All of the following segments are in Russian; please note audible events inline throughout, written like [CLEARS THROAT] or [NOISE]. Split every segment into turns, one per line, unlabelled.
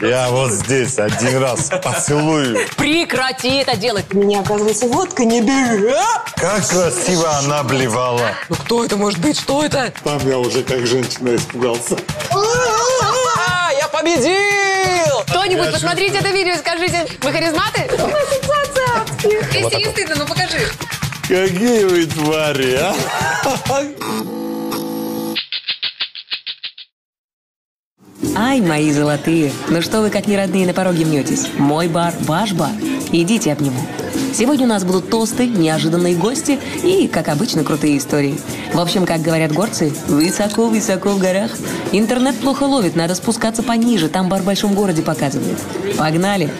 Я вот здесь один раз поцелую.
Прекрати это делать.
Меня, оказывается, водка не берет.
Как красиво она блевала.
Ну кто это может быть? Что это?
Там я уже как женщина испугался.
А, я победил!
Кто-нибудь, посмотрите это видео и скажите, вы харизматы? Если не стыдно, ну покажи.
Какие вы твари, а?
Ай, мои золотые, ну что вы как неродные на пороге мнетесь? Мой бар, ваш бар. Идите обниму. Сегодня у нас будут тосты, неожиданные гости и, как обычно, крутые истории. В общем, как говорят горцы, высоко-высоко в горах. Интернет плохо ловит, надо спускаться пониже, там бар в большом городе показывает. Погнали!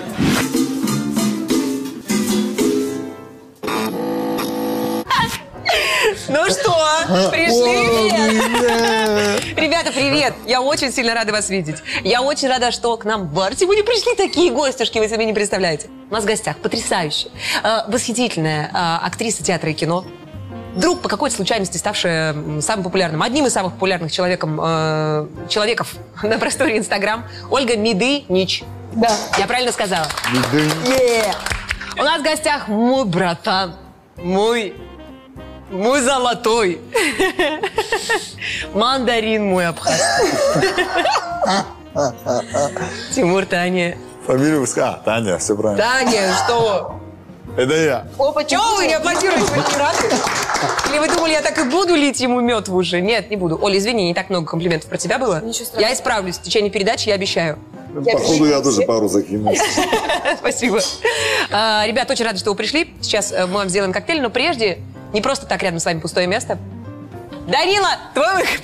Ну что, пришли? Ребята, привет! Я очень сильно рада вас видеть. Я очень рада, что к нам в бар сегодня пришли такие гостюшки, вы себе не представляете. У нас в гостях потрясающая, э, восхитительная э, актриса театра и кино, вдруг по какой-то случайности ставшая м, самым популярным, одним из самых популярных человеком, э, человеков [LAUGHS] на просторе Инстаграм, Ольга Медынич. Да. Я правильно сказала? Е. У нас в гостях мой братан, мой, мой золотой, мандарин мой абхаз. Тимур, Таня.
Фамилию вы сказали? А, Таня, все правильно.
Таня, что?
Это я.
Опа, чего вы не аплодируете? Вы не рады? Или вы думали, я так и буду лить ему мед в уши? Нет, не буду. Оля, извини, не так много комплиментов про тебя было. Я исправлюсь в течение передачи, я обещаю. [LAUGHS]
Походу, я тоже пару закинулся.
Спасибо. А, Ребят, очень рада, что вы пришли. Сейчас э, мы вам сделаем коктейль, но прежде не просто так рядом с вами пустое место. Данила, твой выход.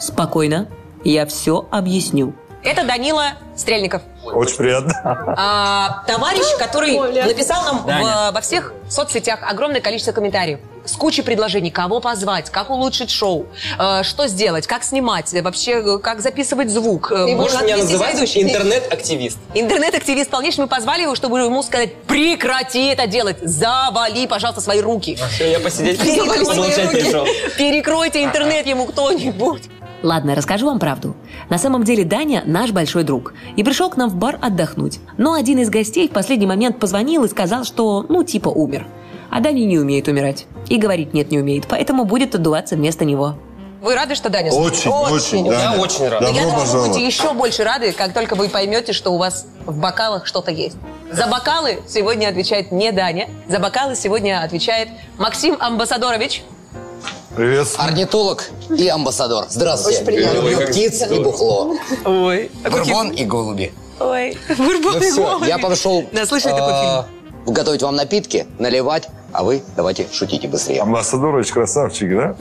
Спокойно, я все объясню.
Это Данила Стрельников.
Очень приятно.
А, товарищ, который написал нам в- во всех соцсетях огромное количество комментариев с кучей предложений, кого позвать, как улучшить шоу, э, что сделать, как снимать, э, вообще э, как записывать звук. э,
Можешь
можно
меня
отвести
называть
ведущий.
интернет-активист?
Интернет-активист полнейший, мы позвали его, чтобы ему сказать, прекрати это делать, завали, пожалуйста, свои руки.
Все, я посидеть,
Перекройте
помолчать
свои руки.
пришел.
Перекройте интернет ему кто-нибудь.
Ладно, расскажу вам правду. На самом деле Даня наш большой друг и пришел к нам в бар отдохнуть. Но один из гостей в последний момент позвонил и сказал, что ну типа умер. А Даня не умеет умирать. И говорить нет не умеет, поэтому будет отдуваться вместо него.
Вы рады, что Даня с нами?
Очень, очень.
Я
Таня.
очень рад.
Я
Добро
думаю, вы будете
пожаловать.
еще больше рады, как только вы поймете, что у вас в бокалах что-то есть. За бокалы сегодня отвечает не Даня, за бокалы сегодня отвечает Максим Амбассадорович.
Привет.
Орнитолог и амбассадор. Здравствуйте. Очень приятно. Люблю птиц и бухло.
Ой,
Бурбон и голуби.
ой, вырванный
Ну все, я пошел
Наслышали такой фильм?
готовить вам напитки, наливать, а вы давайте шутите быстрее.
Амбассадорович красавчик, да?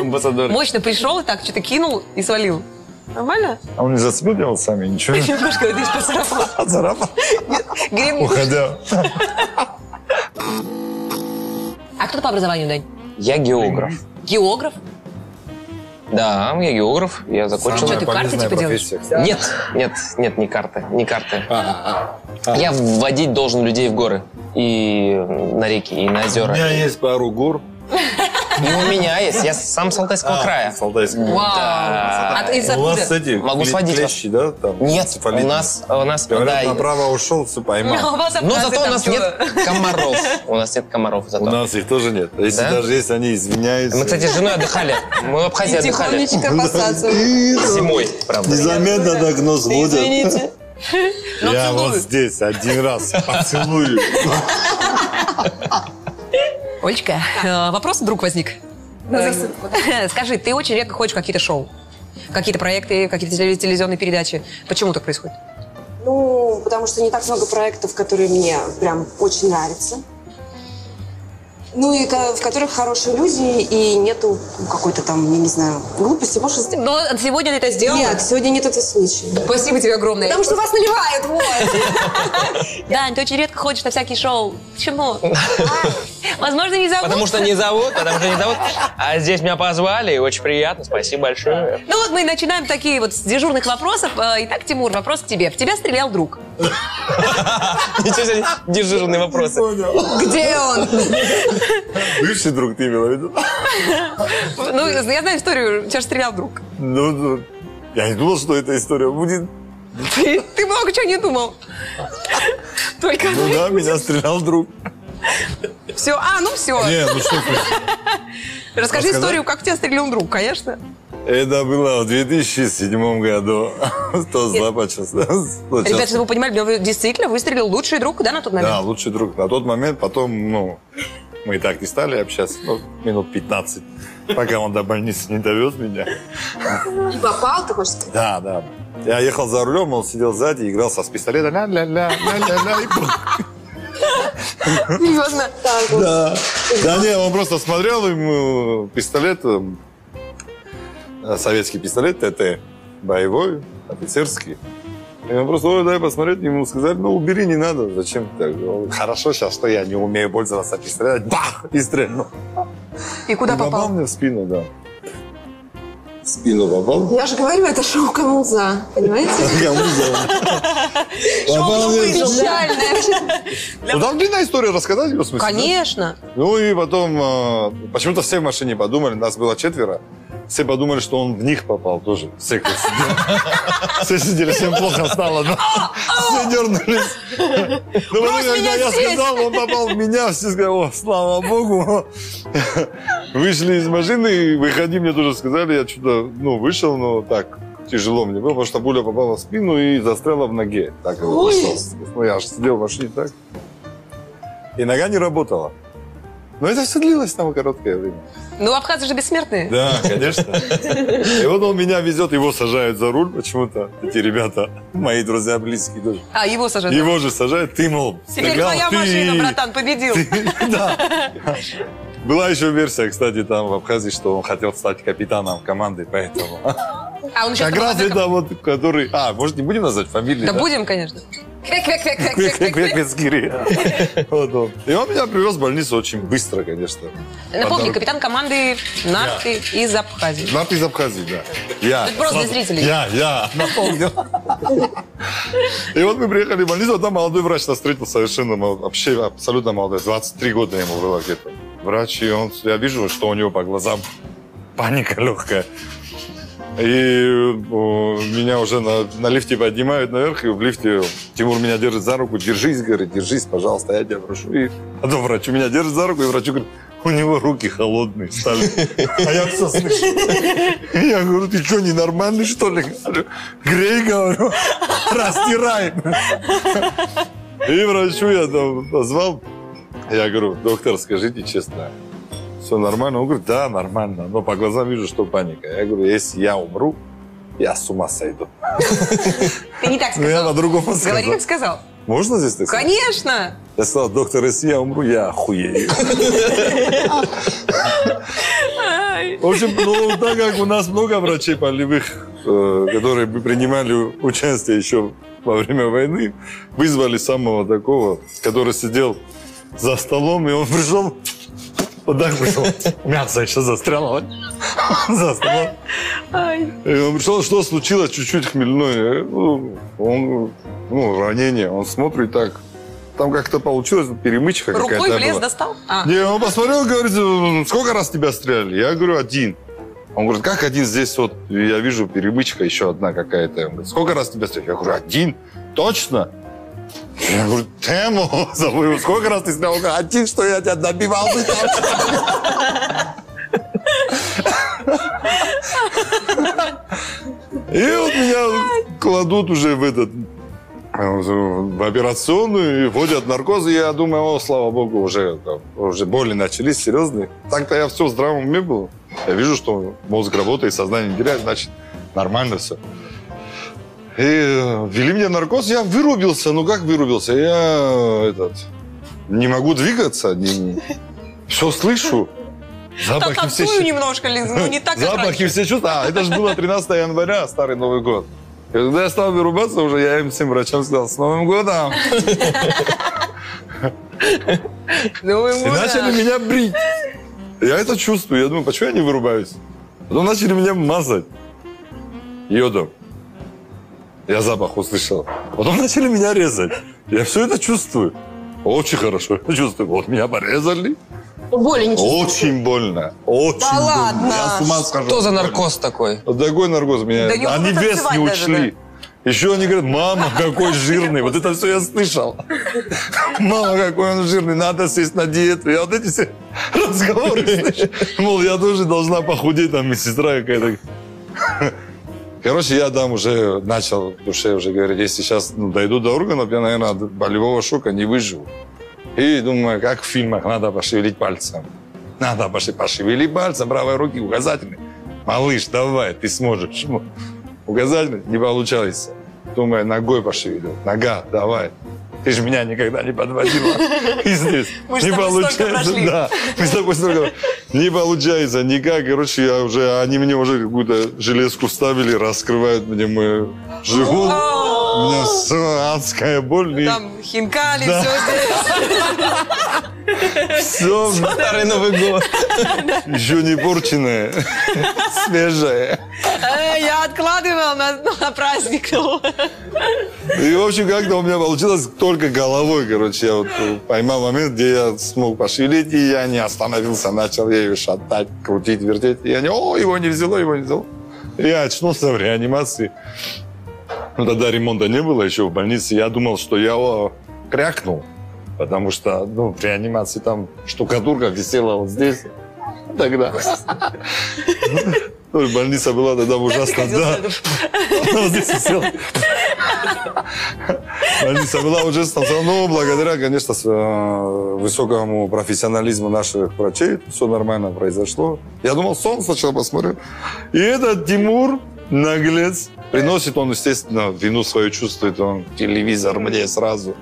Амбассадор.
Мощно пришел, так что-то кинул и свалил. [LAUGHS] Нормально?
А он не зацепил меня сами, ничего не
Немножко вот здесь поцарапало.
[LAUGHS] поцарапал,
Грим.
уходя.
А кто ты по образованию, Дань?
Я географ.
Географ?
Да, я географ, я закончил.
Что, ты карты типа делаешь?
Нет, нет, нет, не карты, не карты. Я вводить должен людей в горы и на реки, и на
У
озера.
меня есть пару гор.
Не у меня есть, я сам с Алтайского края.
Солдатский.
Вау.
Да.
А ты из
Э, У вас
[LAUGHS] откуда?
эти
Могу
кле-
сводить вас.
клещи, да? там,
Нет, у
энцефалит?
нас, у нас, да, Ну,
Говорят,
и-
направо ушел, все поймал.
А У вас
но
абразы
зато у
там
нас
чего?
нет комаров. У нас нет комаров
У
зато.
нас их тоже нет.
А
Если
Да?
даже есть, они извиняются.
[LAUGHS]
Мы, кстати, с женой отдыхали. Мы в Абхазии отдыхали.
Тихонечко посасываю.
Зимой, правда.
Незаметно так нос водят.
Извините.
Ну,
Я
целую.
вот здесь один раз поцелую.
Олечка, э, вопрос вдруг возник. Э, [LAUGHS] Скажи, ты очень редко ходишь в какие-то шоу, какие-то проекты, какие-то теле- телевизионные передачи. Почему так происходит?
Ну, потому что не так много проектов, которые мне прям очень нравятся. Ну и ко- в которых хорошие люди, и нету какой-то там, я не знаю, глупости, может, сделать.
Но Ну, сегодня ты это сделала.
Нет, сегодня нет этого случая.
Спасибо тебе огромное.
Потому что вас наливают, вот.
Да, ты очень редко ходишь на всякие шоу. [LAUGHS] Почему? Возможно, не зовут.
Потому что не зовут, потому что не зовут. А здесь меня позвали, и очень приятно, спасибо большое.
Ну вот мы и начинаем такие вот с дежурных вопросов. Э, Итак, Тимур, вопрос к тебе. В тебя стрелял друг.
Ничего себе, дежурные вопросы.
Где он?
Бывший друг ты имела в виду?
Ну, я знаю историю, тебя же стрелял друг.
Ну, ну, я не думал, что эта история будет
Ты, ты много чего не думал. Только
Ну да, меня стрелял друг.
все. А, ну все.
Не, ну что
[LAUGHS]
ты.
Расскажи
рассказать?
историю, как тебя стрельнул друг, конечно.
Это было в 2007 году. [LAUGHS] Кто запачился?
Ребята, чтобы вы понимали, меня вы- действительно выстрелил лучший друг, да, на тот
Да,
момент?
лучший друг. На тот момент потом, ну, мы и так не стали общаться, ну, минут 15, пока он до больницы не довез меня.
И попал, ты хочешь сказать?
Да, да. Я ехал за рулем, он сидел сзади, играл со с пистолета, ля-ля-ля, ля-ля-ля, и пух.
Серьезно? Так вот.
Да. Да не, он просто смотрел ему пистолет, эм, э, советский пистолет ТТ, боевой, офицерский. И он просто, ой, дай посмотреть, ему сказали, ну убери, не надо, зачем ты так? Он, Хорошо сейчас, что я не умею пользоваться пистолетом, бах, и стрельнул.
И куда
И попал
попал?
мне в спину, да. В спину попал?
Я же говорю, это шоу Камуза, понимаете?
Кому за? Попал мне в спину. Ну, там длинная история рассказать, в смысле? да?
Конечно.
Ну и потом, э, почему-то все в машине подумали, нас было четверо, все подумали, что он в них попал тоже. Все кто сидел. Все сидели, всем плохо стало. да. Все дернулись. Ну, потом, когда я сказал, он попал в меня, все сказали, о, слава богу. Вышли из машины, и выходи, мне тоже сказали, я что-то, ну, вышел, но так, тяжело мне было, потому что пуля попала в спину и застряла в ноге. Так и вот вышло. Ну, я аж сидел в машине так. И нога не работала. Но это все длилось там короткое время.
Ну, абхазы же бессмертные.
Да, конечно. И вот он меня везет, его сажают за руль почему-то. Эти ребята, мои друзья близкие тоже.
А, его сажают.
Его же сажают, ты, мол,
Теперь
стрелял,
твоя
ты-
машина, братан, победил.
Да. Была еще версия, кстати, там в Абхазии, что он хотел стать капитаном команды, поэтому...
А он сейчас
Как раз это вот, который... А, может, не будем назвать фамилию?
Да будем, конечно.
Квек-квек-квек-квек-квек-квек-квек-квек. Вот он. И он меня привез в больницу очень быстро, конечно.
Напомни,
Подруг-
капитан команды Нарты из Абхазии.
Нам из Абхазии, да. Я.
Это просто для зрителей.
Я, я. Напомнил. И вот мы приехали в больницу, а там молодой врач нас встретил совершенно, мол- вообще абсолютно молодой, 23 года ему было где-то. Врач, и он, я вижу, что у него по глазам паника легкая. И о, меня уже на, на лифте поднимают наверх, и в лифте Тимур меня держит за руку, держись, говорит, держись, пожалуйста, я тебя прошу. И потом врач меня держит за руку, и врачу говорит, у него руки холодные стали. А я все слышу. И Я говорю, ты что, ненормальный, что ли? Говорю, Грей, говорю, растирай. И врачу я там позвал. Я говорю, доктор, скажите честно, все нормально? Он говорит, да, нормально, но по глазам вижу, что паника. Я говорю, если я умру, я с ума сойду.
Ты не так
Ну, я
сказал.
по-другому
Говори,
сказал.
как сказал.
Можно здесь так сказать?
Конечно.
Я сказал, доктор, если я умру, я охуею. В общем, ну, так как у нас много врачей полевых, э, которые бы принимали участие еще во время войны, вызвали самого такого, который сидел за столом, и он пришел, вот так пришел, мясо еще застряло за столом. И он пришел, что случилось, чуть-чуть хмельной. Э, ну, Он, ну, ранение, он смотрит так. Там как-то получилось, перемычка какая-то
Рукой в лес
была.
достал? А,
Не, он посмотрел, говорит, «Э, сколько раз тебя стреляли? Я говорю, один. Он говорит, как один здесь вот, я вижу перемычка еще одна какая-то. Он говорит, сколько раз тебя стреляли? Я говорю, один. Точно? Я говорю, Тему, [LAUGHS] забыл, сколько раз ты стрелял? Он говорит, один, что я тебя добивал. ты там». И вот меня кладут уже в этот в э, операционную и вводят наркозы. Я думаю, о, слава богу, уже, там, уже боли начались серьезные. Так-то я все в здравом уме был. Я вижу, что мозг работает, сознание не теряет, значит, нормально все. И э, ввели мне наркоз, я вырубился. Ну как вырубился? Я э, этот, не могу двигаться, все слышу.
там
Запахи все
танцую немножко, Лиз, ну не так, как раньше.
Запахи все чувства. А, это же было 13 января, старый Новый год. И когда я стал вырубаться уже, я им всем врачам сказал, с Новым годом!
Ну, ему
И
да.
начали меня брить. Я это чувствую. Я думаю, почему я не вырубаюсь? Потом начали меня мазать йодом. Я запах услышал. Потом начали меня резать. Я все это чувствую. Очень хорошо это чувствую. Вот меня порезали.
Боли не чувствую.
Очень больно. Очень
Да
больно.
ладно.
Я с ума схожу.
Что за
Больно.
наркоз такой?
Дорогой наркоз А меня.
Да не
Они
буду
вес
танцевать
не
даже,
учли. Еще они говорят, [LAUGHS] мама, какой жирный. Вот это все я слышал. [LAUGHS] Мама, какой он жирный, надо сесть на диету. Я вот эти все [LAUGHS] разговоры слышу. Мол, я тоже должна похудеть, там, медсестра какая-то. Короче, я там уже начал в душе уже говорить, если сейчас ну, дойду до органов, я, наверное, от болевого шока не выживу. И думаю, как в фильмах, надо пошевелить пальцем. Надо пошли, пошевели пальцем правой руки, указательный. Малыш, давай, ты сможешь. [LAUGHS] Ну, Указательный, не получалось. Думаю, ногой пошевелил. Нога, давай. Ты же меня никогда не подводила. [LAUGHS] И здесь
Мы ж
не
с тобой столько
получается.
прошли.
Да, [LAUGHS] мы с тобой столько- Не получается никак. Короче, я уже, они мне уже какую-то железку вставили, раскрывают мне мой живот. У меня всё, адская боль. И
Там хинкали, все здесь.
[LAUGHS]
все
Старый Новый год.
еще не
[LAUGHS]
порченное, свежее.
Э, Я откладывала на, на праздник. [LAUGHS]
И, в общем, как-то у меня получилось только головой, короче. Я вот э, поймал момент, где я смог пошевелить, и я не остановился. Начал я ее шатать, крутить, вертеть. И они, о, его не взяло, его не взяло. Я очнулся в реанимации. Ну, тогда ремонта не было еще в больнице. Я думал, что я о, крякнул. Потому что, ну, в реанимации там штукатурка висела вот здесь. Тогда. Ну, и больница была тогда ужасно. Да, Вот здесь висела. Алиса была уже но благодаря, конечно, с- э, высокому профессионализму наших врачей все нормально произошло. Я думал, сон сначала посмотрю. И этот Тимур, наглец, приносит он, естественно, вину свою чувствует, он телевизор мне сразу.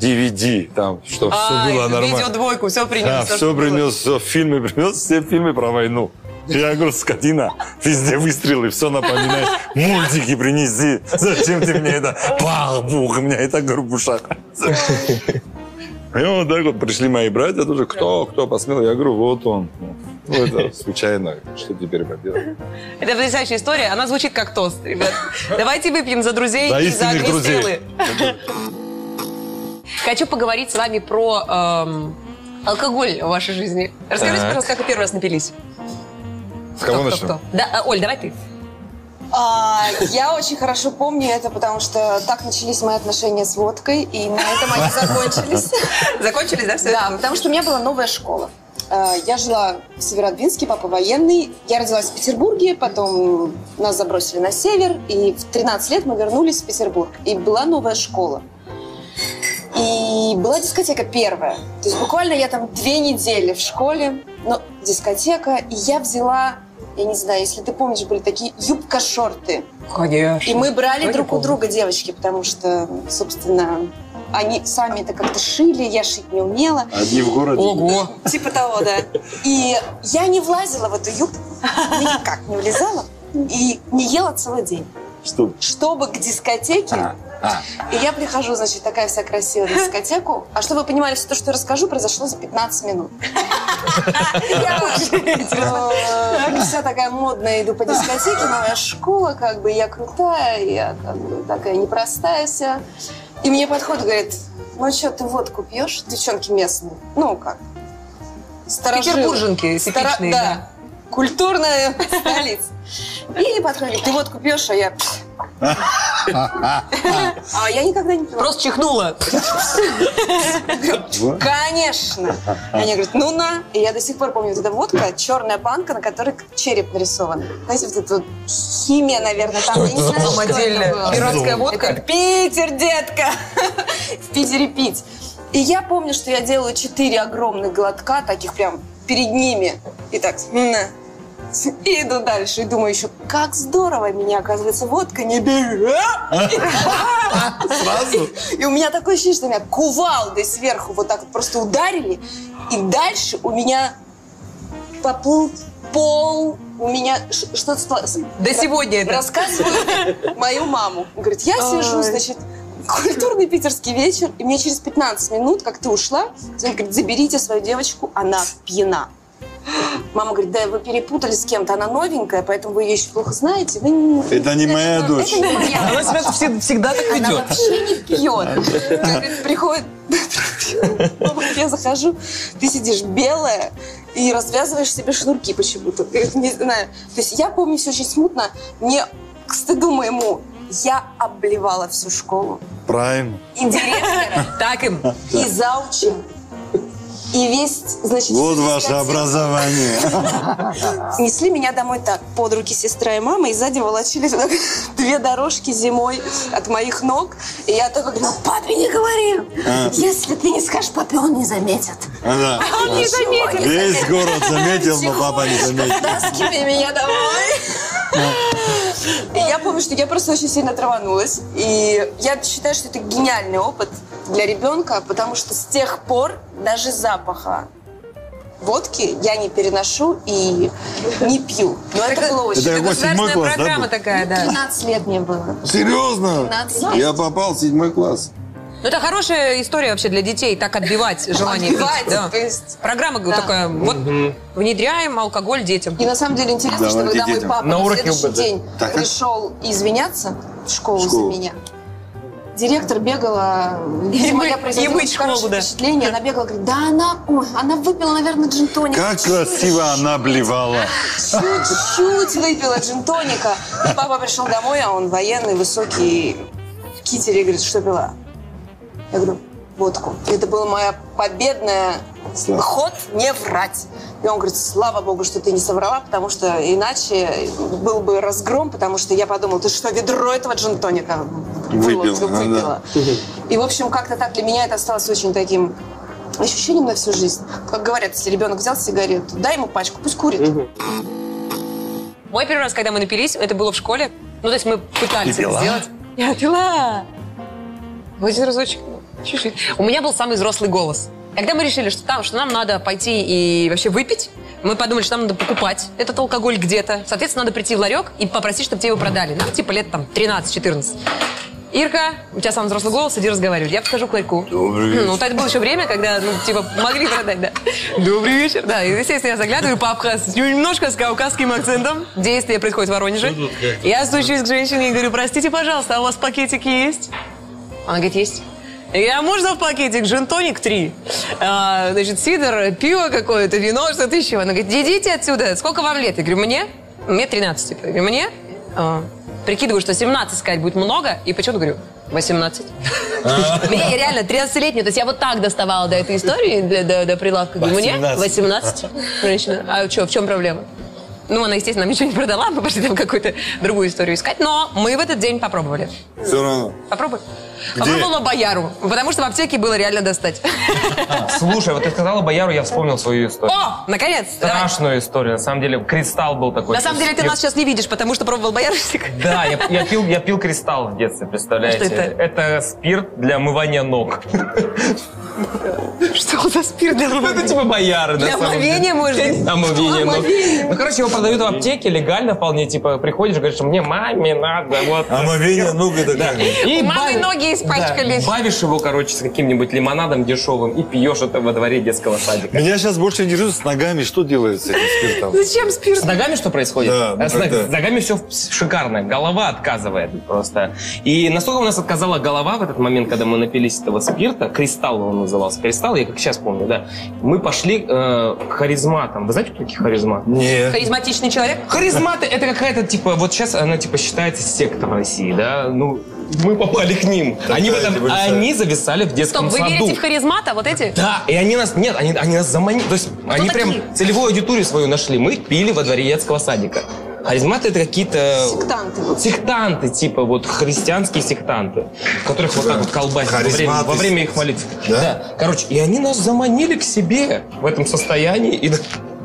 DVD, там, чтобы все было нормально.
А, Видео двойку, все принес.
Да,
всё,
все
что было.
принес, все фильмы принес, все фильмы про войну. Я говорю, скотина, везде выстрелы, все напоминает. Мультики принеси. Зачем ты мне это? Пах, бух, у меня это горбушак. И вот так вот пришли мои братья тоже. Кто, кто посмел? Я говорю, вот он. Ну, это случайно, что теперь поделать.
Это потрясающая история. Она звучит как тост, ребят. Давайте выпьем за друзей
За
и за
истинных
огнестрелы.
друзей.
Хочу поговорить с вами про эм, алкоголь в вашей жизни. Расскажите,
Так.
пожалуйста, как вы первый раз напились?
С кого
Кто, кто,
начнем?
кто? Да, а, Оль, давай ты.
А, я очень хорошо помню это, потому что так начались мои отношения с водкой, и на этом они закончились.
Закончились, да, все?
Да, потому что у меня была новая школа. Э, Я жила в Северодвинске, папа военный. Я родилась в Петербурге, потом нас забросили на север, и в 13 лет мы вернулись в Петербург. И была новая школа. И была дискотека первая. То есть буквально я там две недели в школе, но дискотека, и я взяла, я не знаю, если ты помнишь, были такие юбка-шорты.
Конечно.
И мы брали друг у друга девочки, потому что, собственно, они сами это как-то шили, я шить не умела.
Одни в городе.
Ого.
Типа того, да. И я не влазила в эту юбку, никак не влезала, и не ела целый день.
Что?
Чтобы к дискотеке... И я прихожу, значит, такая вся красивая на дискотеку. А чтобы вы понимали, все то, что я расскажу, произошло за 15 минут. Я э, вся такая модная, иду по дискотеке, моя школа, как бы я крутая, я как бы такая непростая вся. И мне подходит, говорит, ну что, ты водку пьешь? Девчонки местные. Ну, как? Старожилы.
Петербурженки
Стара-
типичные, да.
да. Культурная [LAUGHS] столица. И подходит, ты водку пьешь, а я... А я никогда не пила.
Просто чихнула.
Конечно. И они говорят, ну на. И я до сих пор помню, вот эта водка, черная банка, на которой череп нарисован. Знаете, вот эта вот химия, наверное, там. я не знаю, что это было.
Самодельная. Пиратская
Это
водка.
Питер, детка! [LAUGHS] В Питере пить. И я помню, что я делаю четыре огромных глотка, таких прям перед ними. И так, на. И иду дальше, и думаю еще, как здорово меня, оказывается, водка не берет.
Сразу?
И у меня такое ощущение, что меня кувалдой сверху вот так вот просто ударили. И дальше у меня поплыл пол, у меня ш- что-то... стало- с-
До
ра-
сегодня это.
Рассказываю [LAUGHS] мою маму. Говорит, я сижу, значит, культурный питерский вечер, и мне через 15 минут, как ты ушла, звонит, говорит, заберите свою девочку, она пьяна. Мама говорит, да, вы перепутали с кем-то, она новенькая, поэтому вы ее еще плохо знаете. Да не-
Это не моя дочь.
Это не моя
[LAUGHS] Она себя все- всегда так
она
ведет.
вообще не пьет. Говорит, Приходит, [LAUGHS] Мама, я захожу, ты сидишь белая и развязываешь себе шнурки почему-то. Говорит, Не знаю. То есть я помню все очень смутно. Мне к стыду моему Я обливала всю школу.
Правильно.
И директора,
Так им.
и заучи, и весь, значит...
Вот
весь
ваше
коллектив.
образование.
[LAUGHS]
Несли меня домой так, под руки сестра и мама, и сзади волочили [LAUGHS] туда две дорожки зимой от моих ног. И я только говорила, папе не говори, если ты не скажешь папе, он не заметит.
Да.
Он не заметит.
Весь город заметил, но папа не заметил.
Таскивай меня домой. И я помню, что я просто очень сильно траванулась. И я считаю, что это гениальный опыт для ребенка, потому что с тех пор даже запаха водки я не переношу и не пью. Но это было очень...
Это какой седьмой
Государственная
класс, да?
программа
был?
такая, да.
15 лет мне было.
Серьезно?
15 лет.
Я попал в седьмой класс.
Ну, это хорошая история вообще для детей,
[LAUGHS]
так отбивать желание пить.
Отбивать,
да.
то есть-
Программа такая, вот внедряем алкоголь детям.
И на самом деле интересно, что
Давайте
когда мой
детям.
папа
На
на,
уроке
следующий
УБД.
день
Так. а?
пришел извиняться в школу,
Школу.
за меня, директор бегала, видимо,
мы-
я
и
произвела
мы
очень
школу,
хорошее
да.
впечатление, она бегала, говорит, да она, ой, она выпила, наверное, джин-тоник.
Как красиво она блевала.
Чуть-чуть выпила джин-тоника. И папа пришел домой, а он военный, высокий, в китере, говорит, что пила? Я говорю, водку. И это была моя победная
Слава.
ход не врать. И он говорит, слава богу, что ты не соврала, потому что иначе был бы разгром, потому что я подумала, ты что, ведро этого джин-тоника
Выпила,
выпила? выпила. И, в общем, как-то так для меня это осталось очень таким ощущением на всю жизнь. Как говорят, если ребенок взял сигарету, дай ему пачку, пусть курит.
Мой первый раз, когда мы напились, это было в школе. Ну, то есть мы пытались это сделать. Я пила. В Один разочек. Чуть-чуть. У меня был самый взрослый голос. Когда мы решили, что, там, что нам надо пойти и вообще выпить, мы подумали, что нам надо покупать этот алкоголь где-то. Соответственно, надо прийти в ларек и попросить, чтобы тебе его продали. Нам типа лет там 13-14. Ирка, у тебя самый взрослый голос, иди разговаривай. Я подхожу к ларьку.
Добрый вечер.
Ну, тогда было еще время, когда, ну, типа, могли продать, да. Добрый вечер. Да, и, естественно, я заглядываю по абхаз, немножко с кавказским акцентом. Действие происходит в Воронеже. Я стучусь к женщине и говорю, простите, пожалуйста, а у вас пакетики есть? Она говорит, есть. Я говорю, а можно в пакетик джин-тоник 3? А, значит, сидр, пиво какое-то, вино, что-то еще. Она говорит, идите отсюда, сколько вам лет? Я говорю, мне? Мне 13, типа. Я говорю, мне? А, прикидываю, что 17 сказать будет много, и почему-то говорю, 18. [LAUGHS] Мне реально 13-летний, то есть я вот так доставала до этой истории, для- до, до прилавка. Говорю, мне 18, женщина. А что, в чем проблема? Ну, она, естественно, нам ничего не продала, мы пошли там какую-то другую историю искать, но мы в этот день попробовали.
Все равно.
Попробуй. Попробовала бояру, потому что в аптеке было реально достать.
Слушай, вот ты сказала Бояру, я вспомнил свою историю.
О, наконец! давай.
Страшную историю. На самом деле, кристалл был такой.
На самом деле ты
Я-
нас сейчас не видишь, потому что пробовал
[LAUGHS]
боярышник.
Да, я, я пил, я пил кристалл в детстве, представляете?
Что это?
спирт для омывания [LAUGHS] ног.
Что за спирт для
Это типа бояры, на
Для
самом деле.
омовения, может быть?
Омовение ног. Ну, короче, его продают в аптеке легально вполне. Типа, приходишь, говоришь, что мне маме надо, вот.
Омовение ног это как?
И
У мамы
бави-
ноги испачкались.
Да, бавишь его, короче, с каким-нибудь лимонадом дешевым и пьешь это во дворе детского садика.
Меня сейчас больше интересует с ногами, что делается с этим спиртом.
Зачем
С
спирт?
ногами что происходит?
Да, ну
А с, ног-
как-то.
с ногами все шикарно. Голова отказывает просто. И настолько у нас отказала голова в этот момент, когда мы напились этого спирта, кристалл он назывался, кристалл, я как сейчас помню, да. Мы пошли э, к харизматам. Вы знаете, кто такие харизматы?
Нет.
Харизматичный человек?
Харизматы это какая-то типа, вот сейчас она типа считается секта в России, да? Ну, мы попали к ним. Они, в этом-
революция.
они зависали в
Стоп,
детском
вы
саду.
верите в харизмата, вот эти?
Да, и они нас, нет, они, они нас заманили, то есть они
такие?
прям целевую аудиторию свою нашли. Мы пили во дворе детского садика. Харизматы это какие-то...
Сектанты вот.
Сектанты, типа вот христианские сектанты, которых вот так вот колбасит во время,
Харизматы.
во время их молитв.
Да?
Короче, и они нас заманили к себе в этом состоянии и,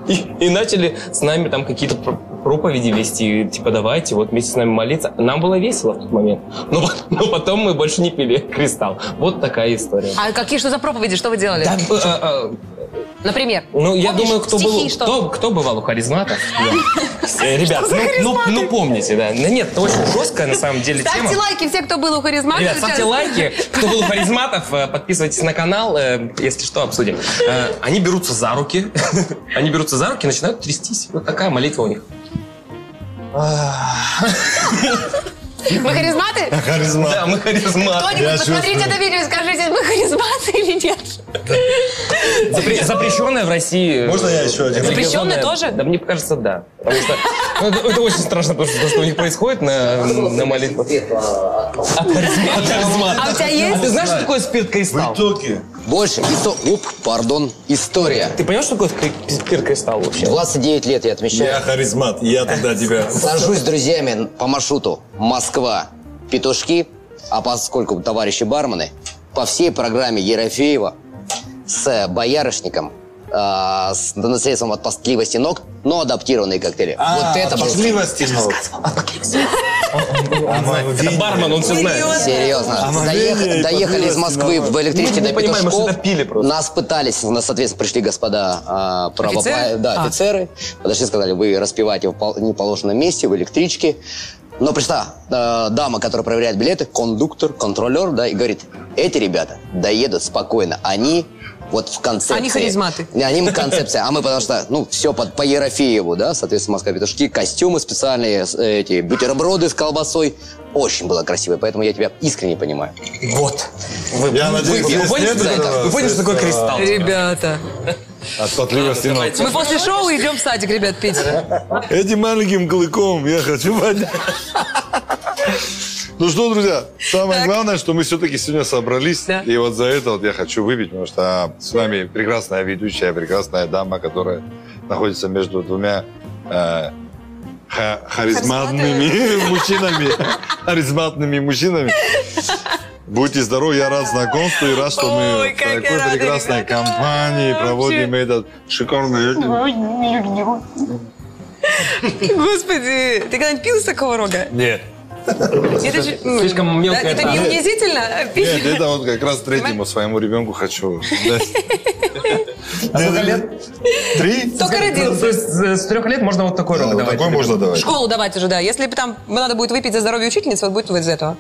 и- и начали с нами там какие-то пр- проповеди вести, и, типа давайте вот вместе с нами молиться. Нам было весело в тот момент, но, пот- но потом мы больше не пили [LAUGHS] кристалл. Вот такая история.
А какие что за проповеди, что вы делали?
Да, э, э,
Например?
ну, я
Помнишь,
думаю, кто
стихи
был,
что?
кто, кто бывал
[LAUGHS]
у харизматов? да. Э, Ребят, ну, ну, ну помните, да. Ну, Нет, это очень жесткая на самом деле тема.
Ставьте лайки все, кто был у харизмата.
Ребят, ставьте
сейчас. [LAUGHS]
лайки. Кто был у харизматов, э, подписывайтесь на канал, э, если что, обсудим. Э, Они берутся за руки. [LAUGHS] Они берутся за руки и начинают трястись. Вот такая молитва у них.
Вы харизматы?
Харизма.
Да, мы харизматы.
Кто-нибудь посмотрите это видео и скажите, вы харизматы или нет?
Запре- Запрещенная в России. э,
Можно я еще один?
Запрещенная тоже?
Да мне кажется, да. Потому что Ну, Это, это очень страшно, потому что то, что у них происходит на, на молитвах. От харизмата.
А у тебя есть?
А ты знаешь, что такое спирт кристалл?
Токи.
Больше исто... Оп, пардон, история.
Ты понимаешь, что такое спи- спирт кристалл вообще?
29 лет я отмечаю.
Я харизмат, я тогда тебя...
Сажусь с друзьями по маршруту Москва, Петушки, а поскольку товарищи бармены, по всей программе Ерофеева с боярышником, а, с наследством от постливости ног, но адаптированные коктейли.
А,
вот это просто
пошливости.
Это бармен, он все знает. А
серьезно.
Омовение
Доехали,
и
доехали из
подливости,
Москвы
ну,
в электричке
мы
до
не понимаем,
Петушков.
что это пили просто.
Нас пытались, у нас, соответственно, пришли господа а, правопа-
Офицеры?
Да,
А.
офицеры. Подошли, сказали, вы распиваете в пол- неположенном месте, в электричке. Но пришла э, дама, которая проверяет билеты, кондуктор, контролер, да, и говорит, эти ребята доедут спокойно, они вот в концепции.
Они харизматы.
Не, Они концепция, а мы потому что, ну, все под, по Ерофееву, да, соответственно, Москва петушки, костюмы специальные, с- э, эти бутерброды с колбасой. Очень было красиво, поэтому я тебя искренне понимаю.
Вот. Вы,
Я надеюсь,
вы, вы
здесь
поняли,
нет
что такое-
этого,
вы поняли, что такое кристалл?
Э, Ребята,
От потливости ног.
мы после шоу идем в садик, ребят, пить.
Этим маленьким клыком я хочу понять. Ну что, друзья, самое главное, что мы все-таки сегодня собрались.
Да.
И вот за это вот я хочу выпить, потому что а, с нами прекрасная ведущая, прекрасная дама, которая находится между двумя э, ха- харизматными [LAUGHS] мужчинами. Харизматными мужчинами. Будьте здоровы, я рад знакомству и рад, что
Ой,
мы в
как я
такой
рада,
прекрасной
ребята.
компании проводим этот шикарный вечер.
Господи, ты когда-нибудь пил из такого рога?
Нет.
Это же... м,
Слишком
да,
мелкая
Это не
тара. [LAUGHS]
унизительно?
Нет, это вот как раз третьему своему ребенку хочу. дать.
А Три?
[LAUGHS] Только родился.
То есть э, с трех лет можно вот Ну, такой рог
Вот
давать.
Такой можно давать.
Школу давать уже, да. Если бы там надо будет выпить за здоровье учительницы, вот будет вот из этого.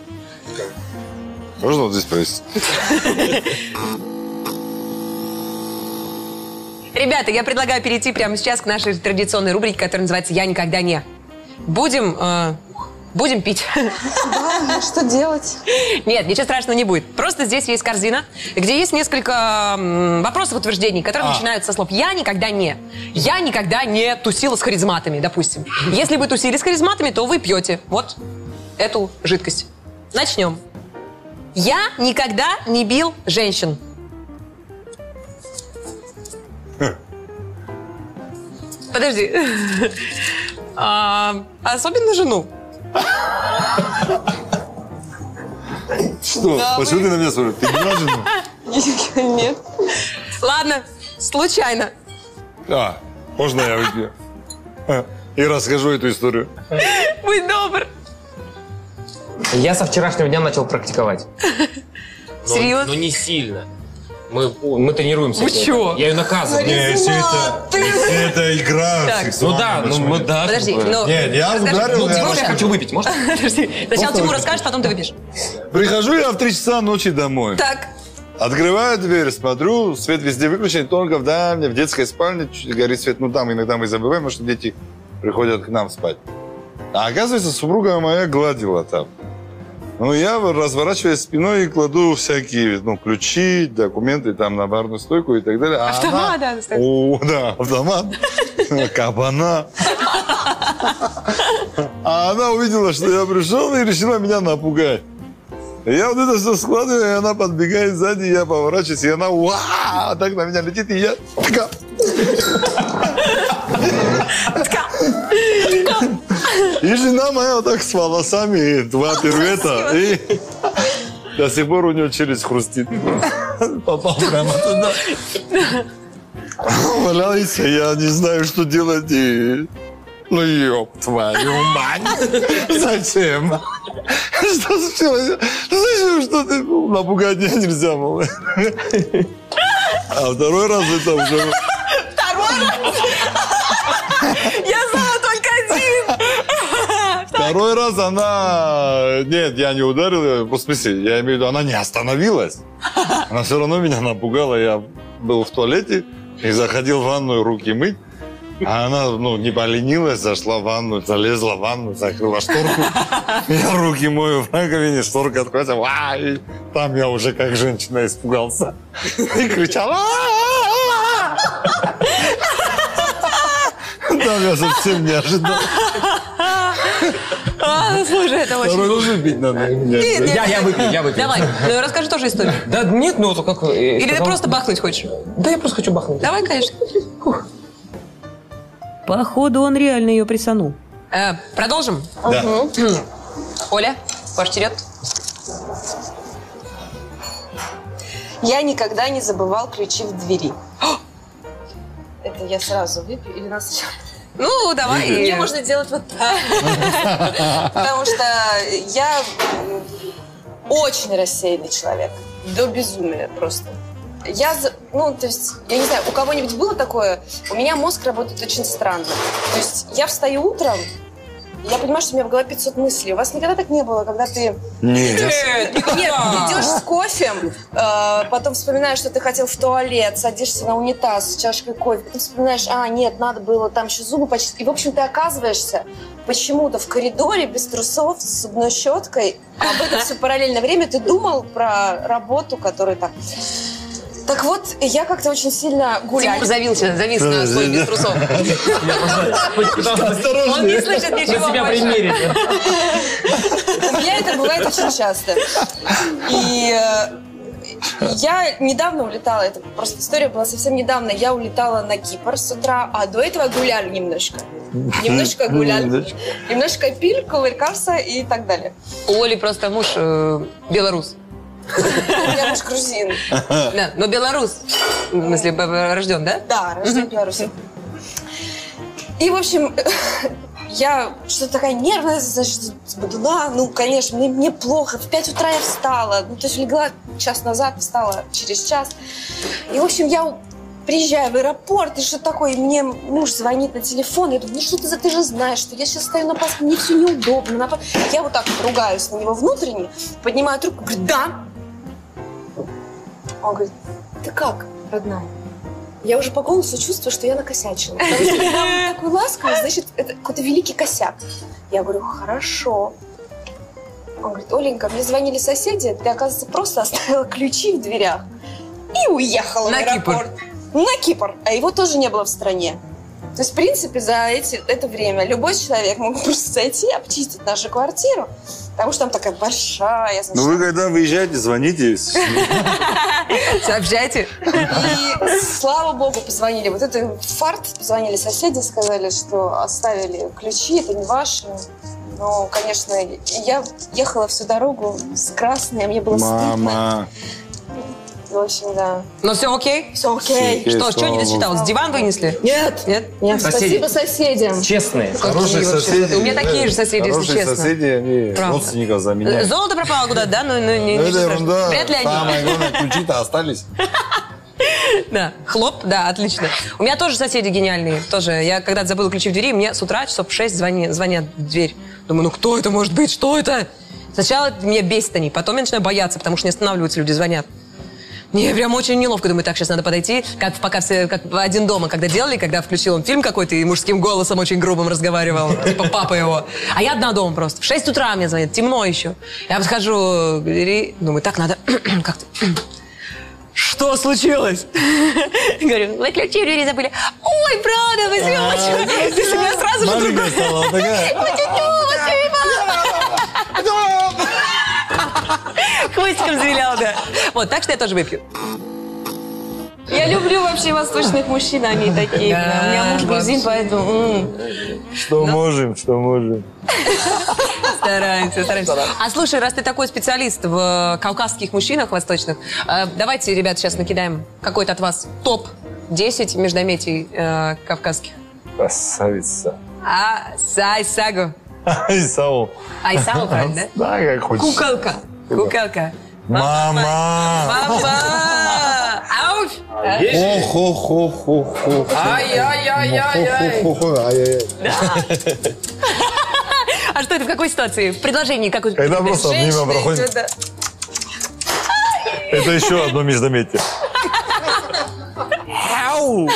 Можно вот здесь повесить?
Ребята, я предлагаю перейти прямо сейчас к нашей традиционной рубрике, которая называется «Я никогда не». Будем... э, будем пить. [LAUGHS]
Да, что делать?
Нет, ничего страшного не будет. Просто здесь есть корзина, где есть несколько м, вопросов утверждений, которые начинаются со слов «я никогда не». «Я никогда не тусила с харизматами», допустим. Если вы тусили с харизматами, то вы пьете вот эту жидкость. Начнем. Я никогда не бил женщин. Хм. Подожди. [LAUGHS] А, особенно жену.
Что? Почему ты на меня смотришь? Ты не важен?
Нет.
Ладно, случайно.
А, можно я выпью? А, И расскажу эту историю.
Будь добр.
Я со вчерашнего дня начал практиковать.
Серьезно?
Но не сильно.
Мы, мы тренируемся.
Вы
для этого.
чё?
Я ее наказываю.
Не, все это, все это игра
Так.
Ну
сексуальная,
да, ну
почему
мы
нет?
да.
Подожди,
как бы.
ну...
Нет, я
Подожди,
ударил,
ну,
я
Я
Тимур,
очень хочу выпить, можно?
Подожди. Сначала Тиму расскажешь, потом ты выпьешь.
Прихожу я в 3 часа ночи домой.
Так,
Открываю дверь, смотрю, свет везде выключен, только в дальней, в детской спальне чуть горит свет. Ну там иногда мы забываем, потому что дети приходят к нам спать. А оказывается, супруга моя гладила там. Ну, я разворачиваюсь спиной и кладу всякие, ну, ключи, документы там на барную стойку и так далее. А
Автомат,
она-
да, кстати.
О, да, автомат. Кабана. А она увидела, что я пришел и решила меня напугать. Я вот это все складываю, и она подбегает сзади, я поворачиваюсь, и она уа так на меня летит, и я тка. И жена моя вот так с волосами, два пируэта, и до сих пор у нее челюсть хрустит. Попал прямо туда. Валяется, я не знаю, что делать, и... Ну, ёб твою мать! Зачем? Что случилось? Ну, зачем, что ты ну, напугать меня нельзя было? А второй раз это уже...
я знала только один.
Второй раз она... Нет, я не ударил ее. В смысле, я имею в виду, она не остановилась. Она все равно меня напугала. Я был в туалете и заходил в ванную руки мыть. А она, ну, не поленилась, зашла в ванну, залезла в ванну, закрыла шторку. Я руки мою в раковине, шторка открылась. «Ва!» И там я уже как женщина испугался. И кричал. «А, а!» «А-а-а!» Там я совсем не ожидал.
А, слушай, это очень...
Второй уже пить надо.
Нет, нет,
Я, я выпью, я выпью.
Давай, ну, расскажи тоже историю.
Да нет, ну это как... э,
Или ты
сказал-
просто бахнуть хочешь?
Да я просто хочу бахнуть.
Давай, конечно.
Походу, он реально ее присанул.
Э, продолжим?
Да.
Оля, ваш черед.
Я никогда не забывал ключи в двери. [GASPS] Это я сразу выпью или нас сначала?
Ну, давай.
Мне можно делать вот так. [LAUGHS] Потому что я м, очень рассеянный человек. До безумия просто. Я, за- ну, то есть, я не знаю, у кого-нибудь было такое? У меня мозг работает очень странно. То есть я встаю утром, и я понимаю, что у меня в голове 500 мыслей. У вас никогда так не было, когда ты
Нет,
нет,
никогда.
ты идешь с кофе, э, потом вспоминаешь, что ты хотел в туалет, садишься на унитаз с чашкой кофе, потом вспоминаешь, а, нет, надо было там еще зубы почистить. И, в общем, ты оказываешься почему-то в коридоре без трусов, с зубной щеткой. Об этом все параллельное время ты думал про работу, которая там... Так вот, я как-то очень сильно гуляю.
Тимур завился, завис на свой без трусов. [LAUGHS] Он не слышит ничего
На себя
больше.
примерить.
У меня это бывает очень часто. И э, я недавно улетала, это просто история была совсем недавно. Я улетала на Кипр с утра, а до этого гуляли немножко. Немножко гуляли.
Немножко.
Немножко пили, кувыркался и так далее.
У Оли просто муж э, белорус.
Я муж грузин.
Да, но белорус. В смысле, б- б- рожден, да?
Да, рожден белорусом. И, в общем, [LAUGHS] я что-то такая нервная, значит, сбудуна. Ну, конечно, мне, мне плохо. В 5 утра я встала. Ну, то есть легла час назад, встала через час. И, в общем, я у- приезжаю в аэропорт, и что такое, и мне муж звонит на телефон, я думаю, ну что ты за, ты же знаешь, что я сейчас стою на пас, мне все неудобно. на пас- Я вот так вот ругаюсь на него внутренне, поднимаю трубку, говорю, да. Он говорит, ты как, родная? Я уже по голосу чувствую, что я накосячила. Потому что когда
[LAUGHS]
он такой ласковый, значит, это какой-то великий косяк. Я говорю, хорошо. Он говорит, Оленька, мне звонили соседи, ты, оказывается, просто оставила ключи в дверях и уехала
На
в
Кипр.
аэропорт. На Кипр. А его тоже не было в стране. То есть, в принципе, за эти, это время любой человек мог просто зайти и обчистить нашу квартиру, потому что там такая большая, значит,
Ну вы когда выезжаете, звоните.
Сообщайте.
И слава богу, позвонили. Вот это фарт, позвонили соседи, сказали, что оставили ключи, это не ваши. Но, конечно, я ехала всю дорогу с красной, а мне было стыдно.
Мама.
В общем, да.
Но все окей?
Все окей.
Что, что не
слава
досчиталось? Диван вынесли?
Нет.
Нет?
Нет,
Соседи.
спасибо соседям.
Честные.
Какие вообще? У меня
да,
такие же соседи, если
Хорошие
честно.
соседи, они
Правда.
родственников
Э,
заменяют.
Золото пропало куда-то, да? Ну, ну, не,
Ну,
ничего
это
страшного.
ерунда.
Вряд ли они.
Самое главное, ключи-то
[LAUGHS]
остались.
Да, хлоп, да, отлично. У меня тоже соседи гениальные, тоже. Я когда-то забыла ключи в двери, и мне с утра часов в 6 звони- звонят в дверь. Думаю, ну кто это может быть, что это? Сначала меня бесит они, потом я начинаю бояться, потому что не останавливаются, люди звонят. Мне прям очень неловко, думаю, так, сейчас надо подойти, как пока все, как в один дома, когда делали, когда включил он фильм какой-то и мужским голосом очень грубым разговаривал, [LAUGHS] типа папа его. А я одна дома просто. В 6 утра мне звонят, темно еще. Я подхожу к двери, думаю, так надо [CLEARS THROAT] как-то что случилось? [LAUGHS] Говорю, вы ключи в двери забыли. Ой, правда, вы [LAUGHS] сволочь. Здесь у меня сразу же
Маленькая
другой.
стала, вот такая.
Хвостиком завилял, да. Вот, так что я тоже выпью.
Я люблю вообще восточных мужчин, они такие.
[LAUGHS] Да,
У меня муж грузин, поэтому... м.
Ну.
Что можем, что можем.
Стараемся, стараемся. А слушай, раз ты такой специалист в э, кавказских мужчинах восточных, э, давайте, ребят, сейчас накидаем какой-то от вас топ-10 междометий э, кавказских.
Красавица.
А, сайсагу.
Ай, Саул.
Айсау, правильно, да?
Да, как хочешь.
Куколка. Куколка.
Мама.
Папа! Ауф!
Хо-хо-хо-хо-хо.
А? Ай-яй-яй-яй-яй!
Ай-яй-яй.
А что это в какой ситуации? В предложении какой
Когда просто мимо проходит. Это еще одно междометие.
Ау!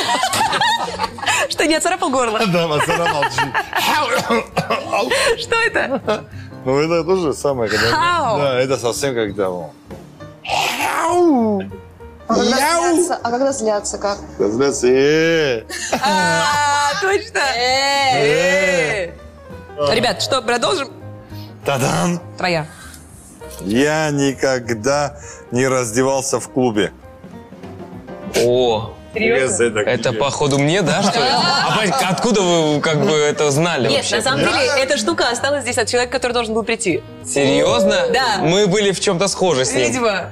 Что, не оцарапал горло?
Да, пацана, молчи.
Что это?
Ну, это тоже самое, когда...
Хау.
Да, это совсем как давно.
А когда злятся, а когда злятся, как?
Разляться, э,
А, точно! Э. Ребят, что, продолжим?
Та-дам!
Твоя.
Я никогда не раздевался в клубе.
О,
Резы такие.
это походу мне,
[LAUGHS]
да, что ли? А Вань, откуда вы как бы это знали
Нет,
вообще?
на самом деле, эта штука осталась здесь от человека, который должен был прийти.
Серьезно?
Да.
Мы были в чем-то схожи с ним.
Видимо.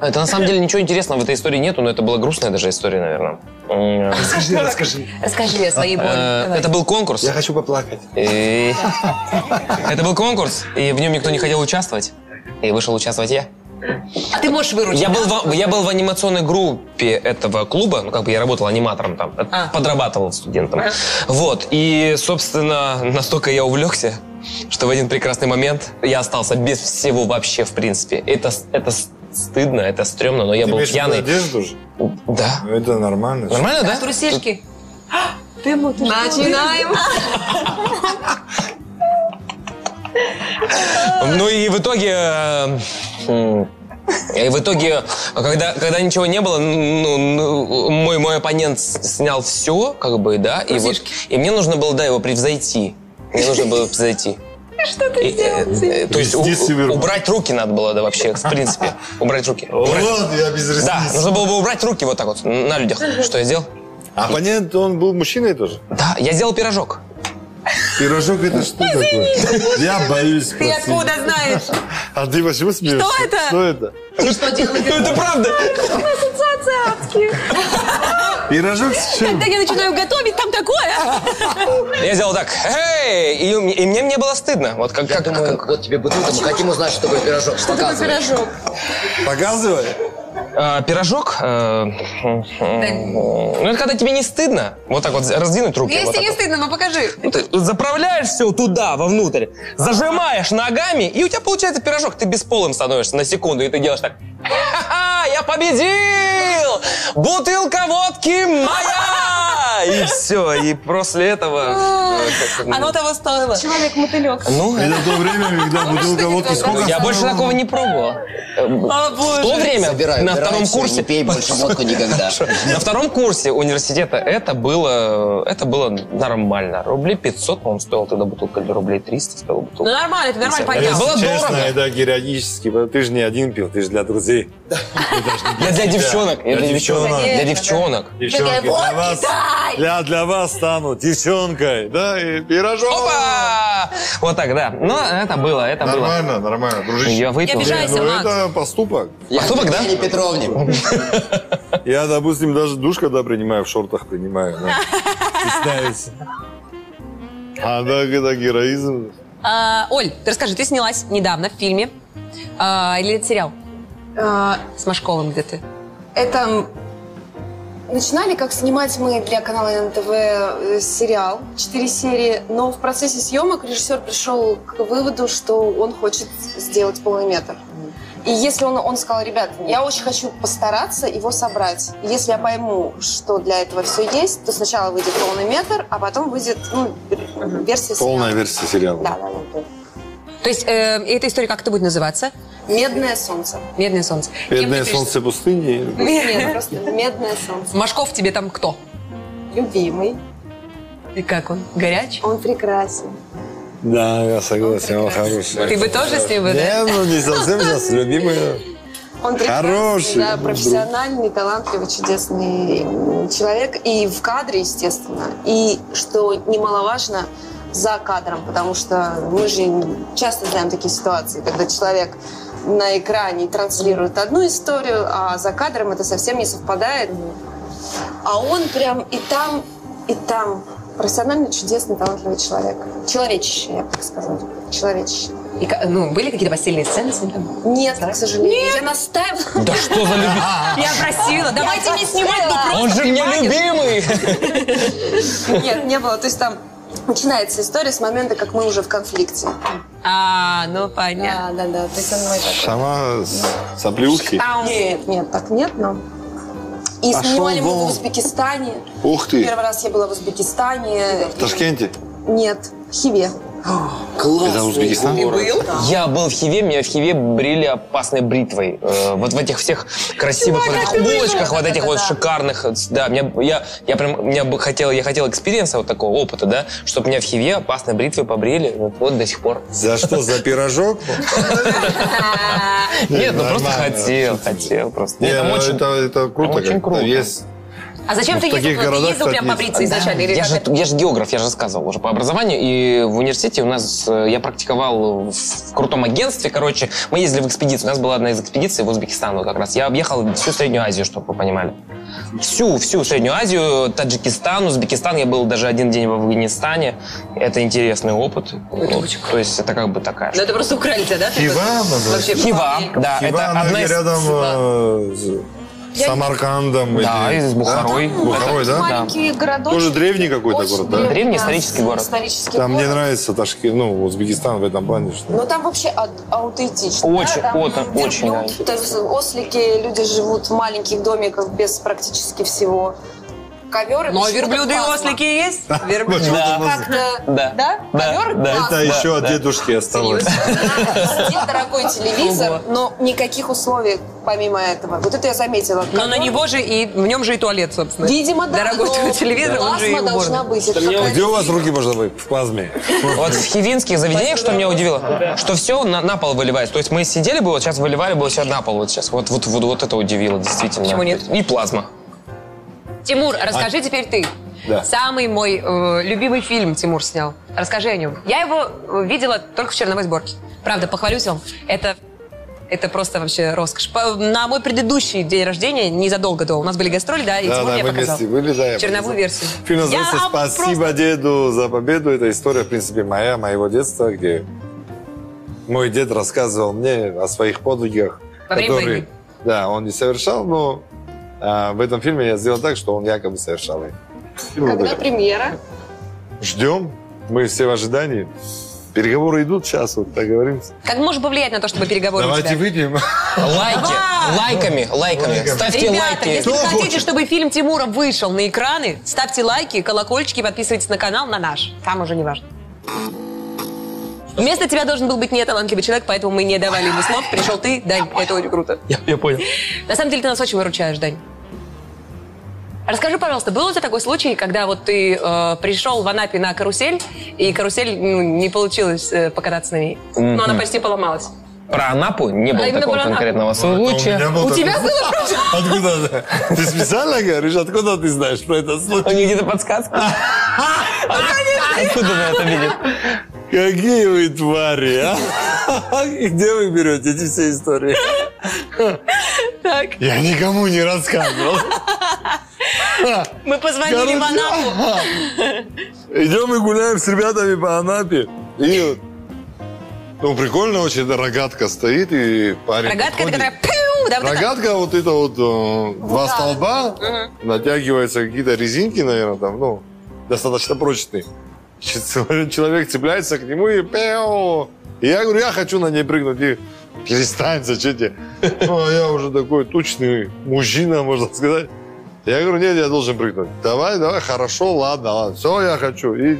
Это на самом деле ничего интересного в этой истории нету, но это была грустная даже история, наверное. М,
Расскажи о своей боли.
э,
Давай.
Это был конкурс.
Я хочу поплакать.
И- [LAUGHS] Это был конкурс, и в нем никто не хотел участвовать. И вышел участвовать я.
А ты можешь выручить?
Я был, в, я был в анимационной группе этого клуба, ну как бы я работал аниматором там,
А.
подрабатывал студентом. Вот, и, собственно, настолько я увлекся, что в один прекрасный момент я остался без всего вообще, в принципе. Это, с- это с- стыдно, это стрёмно, но я был пьяный.
одежду же?
Да.
Ну, Это нормально.
Нормально, да?
[GASPS] Трусишки. Начинаем.
Ну и в итоге... э, м, И в итоге, когда, когда ничего не было, ну, ну, мой, мой оппонент с- снял все, как бы, да, и, вот, и мне нужно было, да, его превзойти. Мне нужно было превзойти. [LAUGHS] Что ты сделал? То есть у-
Везде Северман.
убрать руки надо было, да, вообще, в [LAUGHS] принципе. Убрать руки. Убрать-
Вот, я без ресниц.
Да, нужно было бы убрать руки вот так вот на людях. Что я сделал?
Оппонент, он был мужчиной тоже?
Да, я сделал пирожок.
Пирожок это что такое? Я боюсь
Ты
спросить.
откуда знаешь?
А ты почему смеешься?
Что это?
Что это?
Ну это правда.
Пирожок с чем?
[LAUGHS] Когда я начинаю готовить, там такое.
Я сделал так, эй, и, у- и мне не было стыдно. Вот как,
Я
как,
думаю,
как-
вот тебе бутылка, мы хотим узнать, что такое пирожок. Что
Пирожок.
Показывай.
А, пирожок. э, м, м, Ну, это когда тебе не стыдно. Вот так вот раздвинуть руки. вот
Если
так
не стыдно, ну покажи.
вот. Ты заправляешь все туда, вовнутрь, зажимаешь ногами, и у тебя получается пирожок. Ты бесполым становишься на секунду, и ты делаешь так. Ха-ха, я победил! Бутылка водки моя! И все, и после этого... э, как- как-
Оно того стоило.
Ну,
Это то время, когда
А
бутылка водки сколько?
я больше такого не пробовал.
О,
В то
боже.
время, на втором курсе,
Не пей больше водку никогда.
На втором курсе университета это было, это было нормально. Рублей 500, по-моему, стоила тогда бутылка, или рублей 300 стоила
Ну
бутылка.
нормально, это нормально,
Это
понятно.
было
Честно,
дорого.
это героически. потому что Ты же не один пил, ты же для друзей.
Я для девчонок. Я
Для
для девчонок.
девчонок.
Для девчонок.
Девчонки, для вас, я для вас стану девчонкой. Да, и пирожок.
Опа! Вот так, да. Но это было, это было.
Нормально, нормально, дружище.
Я выпил.
Я обижаюсь.
Ну,
Макс.
это поступок.
Поступок, да?
Елене Петровне.
Я, допустим, даже душ, когда принимаю, в шортах принимаю. да. Стесняюсь.
А да, это героизм.
А, Оль, ты расскажи, ты снялась недавно в фильме а, или это сериал
А,
с Машковым, где ты?
Это м,
Начинали, как снимать мы для канала НТВ э, сериал, четыре серии, но в процессе съемок режиссер пришел к выводу, что он хочет сделать полный метр. И если он, он сказал, ребят, я очень хочу постараться его собрать. Если я пойму, что для этого все есть, то сначала выйдет полный метр, а потом выйдет ну, вер- версия
Полная
сериала.
версия сериала.
Да, да, да,
То есть э, эта история как-то будет называться?
да. Медное солнце.
Медное солнце. Кем
Бедное
ты пишешь?
солнце пустыни.
Нет, просто медное солнце.
Машков тебе там кто?
Любимый,
И как он? Горячий?
он прекрасен.
Да, я согласен, он
Ты
хороший.
бы тоже с ним, бы, да?
Не, ну не совсем сейчас, любимый.
Он прекрасный,
Хороший
да,
друг.
профессиональный, талантливый, чудесный м, человек. И в кадре, естественно. И, что немаловажно, за кадром, потому что мы же часто знаем такие ситуации, когда человек на экране транслирует одну историю, а за кадром это совсем не совпадает. А он прям и там, и там. Профессионально чудесный, талантливый человек. Человечище, я бы так сказала. Человечище.
И ка- ну, были какие-то постельные сцены с ним там?
Нет, к сожалению. Я настаивала.
Да что за любимый?
Я просила, давайте не снимать, ну просто
Он же мне
внимание.
любимый!
Нет, не было. То есть там начинается история с момента, как мы уже в конфликте.
А, ну понятно.
Да, да, да. То есть он мой такой.
Сама с- соплюшки. [LAUGHS]
Нет, нет, так нет, но... И
Пошел
снимали мы в
вон.
Узбекистане.
Ух ты,
Первый раз я была в Узбекистане.
в Ташкенте.
Нет, в Хиве.
Класс.
Это Узбекистан?
Был?
Я был в Хиве, меня в Хиве брили опасной бритвой. Э, вот в этих всех красивых вот этих улочках, вот этих вот шикарных. э, Да, меня, я, я прям, меня бы хотел, я хотел экспириенса вот такого опыта, да, чтобы меня в Хиве опасной бритвой побрили. Вот, вот до сих пор.
За что? За
[LAUGHS]
пирожок?
Нет, ну просто
нормально.
хотел, хотел просто.
Не,
Нет, там
ну,
очень-
это, это круто.
очень
как-то
круто.
Есть
А зачем
Ну, в
ты ездил?
таких
Ну, Ты
городах
ездил
так
прям
есть.
побриться изначально? или
Я
как
же,
это?
я же географ, я же рассказывал уже по образованию. И в университете у нас э, я практиковал в, в крутом агентстве. Короче, мы ездили в экспедицию. У нас была одна из экспедиций в Узбекистан вот как раз. Я объехал всю Среднюю Азию, чтобы вы понимали. Всю, всю Среднюю Азию, Таджикистан, Узбекистан. Я был даже один день в Афганистане. Это интересный опыт. Ну, то есть это как бы такая.
Ну это просто украли тебя, да? ты
Хива,
вот
ну,
называется?
вообще ну,
Хива, да, А, это
Иван,
одна
она
из...
рядом э, с Самаркандом.
Да,
или-
и с Бухарой.
Бухарой, да?
Маленький городок.
Тоже древний какой-то
Очень
город, да?
Древний исторический город.
Исторический
Там мне
город.
нравится Ташкент, ну, Узбекистан в этом плане,
Ну,
что...
Но там вообще а- аутентично.
Очень,
да? Там
о, там
верблюд,
очень, да.
то есть ослики, люди живут в маленьких домиках без практически всего. Ковер и
Но
почему-то
Ну, а верблюды и
пасма.
ослики есть? Верблюды.
Да.
Как-то,
Да.
да?
Да,
Ковер?
да.
Пасма.
Это еще от дедушки осталось.
Сидит дорогой телевизор, но никаких условий помимо этого. Вот это я заметила.
Но на него же и в нем же и туалет, собственно.
Видимо,
Ну,
да.
Дорогой
но
[LAUGHS] телевизор, он же и
плазма должна
уборная.
быть. Это
мне
какая-то
Где у вас руки можно быть? В плазме.
Вот в хивинских заведениях, что меня удивило, что все на, на пол выливается. То есть мы сидели бы, вот сейчас выливали бы вот сейчас на пол. Вот сейчас вот, вот, вот, вот это удивило, действительно.
Почему нет?
И плазма.
Тимур, расскажи теперь ты.
А. Да.
Самый мой э, любимый фильм Тимур снял. Расскажи о нем. Я его э, видела только в черновой сборке. Правда, похвалюсь вам. Это, это просто вообще роскошь. По- на мой предыдущий день рождения, незадолго до, у нас были гастроли, да, и
Да,
Тимур
да,
мне
мы
показал.
вместе были, да. я
Черновую
показал.
версию.
Фильм называется
Я, а,
«Спасибо
просто-
деду за победу». Это история, в принципе, моя, моего детства, где мой дед рассказывал мне о своих подвигах.
Во время войны.
Да, он не совершал, но а, в этом фильме я сделал так, что он якобы совершал их. Фильм вот
Когда
такой.
премьера?
Ждем, мы все в ожидании. Переговоры идут, сейчас вот договоримся.
Как можно повлиять на то, чтобы переговоры у
Давайте
тебя?
выпьем.
Лайки, лайками, лайками. Ставьте
Ребята,
лайки.
если вы
Кто
хотите,
хочет?
чтобы фильм Тимура вышел на экраны, ставьте лайки, колокольчики, подписывайтесь на канал, на наш. Там уже не важно. Вместо тебя должен был быть неталантливый человек, поэтому мы не давали ему слов. Пришел ты, Дань, это очень круто.
Я, я понял.
На самом деле ты нас очень выручаешь, Дань. Расскажи, пожалуйста, был у тебя такой случай, когда вот ты э, пришел в Анапе на карусель, и карусель ну, не получилось э, покататься на ней? Но она почти поломалась.
Про Анапу не было
А именно
такого
про Анапу.
конкретного
[LAUGHS]
случая.
был такой-
было
Откуда? ты?
Ты специально говоришь, откуда ты знаешь про этот случай?
У них где-то подсказка. Откуда вы это видите?
Какие вы твари, а? [LAUGHS] И где вы берете эти все истории?
так.
Я никому не
[LAUGHS]
рассказывал.
Мы позвонили в Анапу.
Идем и гуляем с ребятами по Анапе.
И, ну, прикольно очень, да, рогатка стоит, и парень
Рогатка, это
подходит.
которая... пиу, да, вот это.
Рогатка, вот это вот э, два столба, натягиваются какие-то резинки, наверное, там, ну, достаточно прочные. Че- целый [LAUGHS] Человек цепляется к нему и пяу. И я говорю, я хочу на ней прыгнуть. И перестань, зачем тебе? [LAUGHS] Ну, а я уже такой тучный мужчина, можно сказать. Я говорю, нет, я должен прыгнуть. Давай, давай, хорошо, ладно, ладно. Все, я хочу. И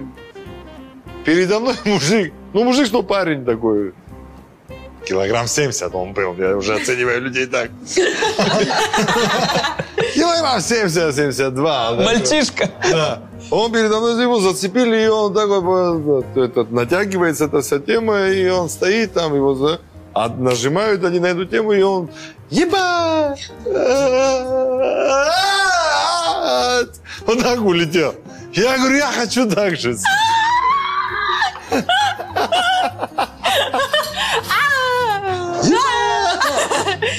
передо мной [LAUGHS] мужик. Ну, мужик, что парень такой. Килограмм 70 он был. Я уже оцениваю людей так. Килограмм 70, 72. да.
Мальчишка.
Да. Он передо мной его зацепили, и он такой вот, вот, этот, натягивается эта вся тема, и он стоит там, его за... а нажимают они на эту тему, и он еба! Он так улетел. Я говорю, я хочу так же.